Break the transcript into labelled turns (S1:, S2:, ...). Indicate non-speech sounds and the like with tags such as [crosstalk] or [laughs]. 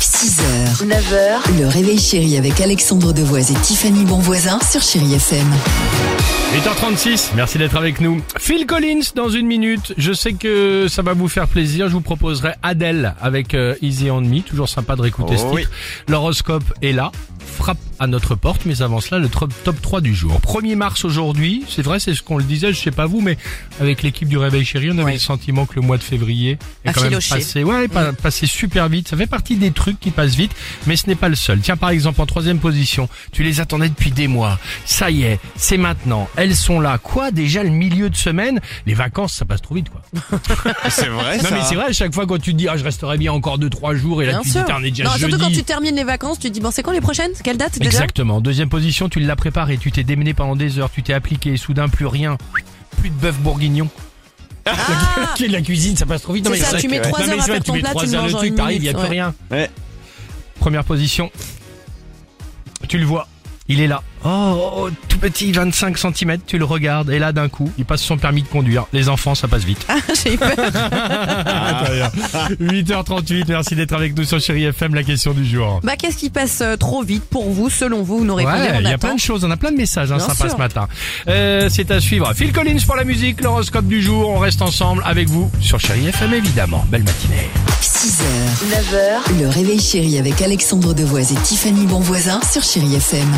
S1: 6h, 9h, le réveil chéri avec Alexandre Devoise et Tiffany Bonvoisin sur Chéri FM.
S2: 8h36, merci d'être avec nous. Phil Collins dans une minute. Je sais que ça va vous faire plaisir. Je vous proposerai Adèle avec euh, Easy on Me. Toujours sympa de réécouter ce titre. L'horoscope est là. Frappe à notre porte, mais avant cela, le tro- top 3 du jour. 1er mars aujourd'hui, c'est vrai, c'est ce qu'on le disait, je sais pas vous, mais avec l'équipe du Réveil Chéri, on avait le sentiment que le mois de février est
S3: A
S2: quand même
S3: filoché.
S2: passé c'est ouais, pas- passer super vite. Ça fait partie des trucs qui passent vite, mais ce n'est pas le seul. Tiens, par exemple, en troisième position, tu les attendais depuis des mois. Ça y est, c'est maintenant. Elles sont là. Quoi Déjà le milieu de semaine Les vacances, ça passe trop vite, quoi.
S4: [laughs] C'est vrai,
S2: Non, mais c'est vrai. À chaque fois, quand tu te dis, ah, je resterai bien encore deux, trois jours, et là,
S3: Bien
S2: tu te dis,
S3: sûr.
S2: Tiens, on est déjà
S3: non,
S2: jeudi.
S3: surtout quand tu termines les vacances, tu te dis bon c'est quand les prochaines C'est Quelle date déjà
S2: Exactement. Deuxième position, tu l'as préparé, tu t'es démené pendant des heures, tu t'es appliqué, et soudain plus rien. Plus de bœuf bourguignon. La, clé de la cuisine, ça passe trop vite.
S3: Ah C'est ça,
S2: vrai
S3: tu
S2: que-
S3: mets trois
S2: Non, mais
S3: heures à
S2: c'est vrai,
S3: faire ton
S2: mets
S3: plat,
S2: trois
S3: tu le
S2: heures,
S3: manges
S2: le
S3: en
S2: truc,
S3: une
S2: t'arrives, y a
S3: minute,
S2: plus rien.
S3: ouais.
S2: Première position. Tu le vois. Il est là. Oh, oh, oh, tout petit, 25 cm, tu le regardes. Et là, d'un coup, il passe son permis de conduire. Les enfants, ça passe vite.
S3: [laughs] J'ai eu peur.
S2: [laughs] 8h38, merci d'être avec nous sur Chéri FM, la question du jour.
S3: Bah qu'est-ce qui passe euh, trop vite pour vous selon vous Vous nous répondez
S2: Ouais,
S3: on
S2: il y a
S3: attend.
S2: plein de choses, on a plein de messages hein,
S3: Bien
S2: sympas
S3: sûr.
S2: ce matin. Euh, c'est à suivre. Phil Collins pour la musique, l'horoscope du jour. On reste ensemble avec vous sur Chéri FM évidemment. Belle matinée.
S1: 6h, 9h, le réveil chéri avec Alexandre Devoise et Tiffany Bonvoisin sur Chéri FM.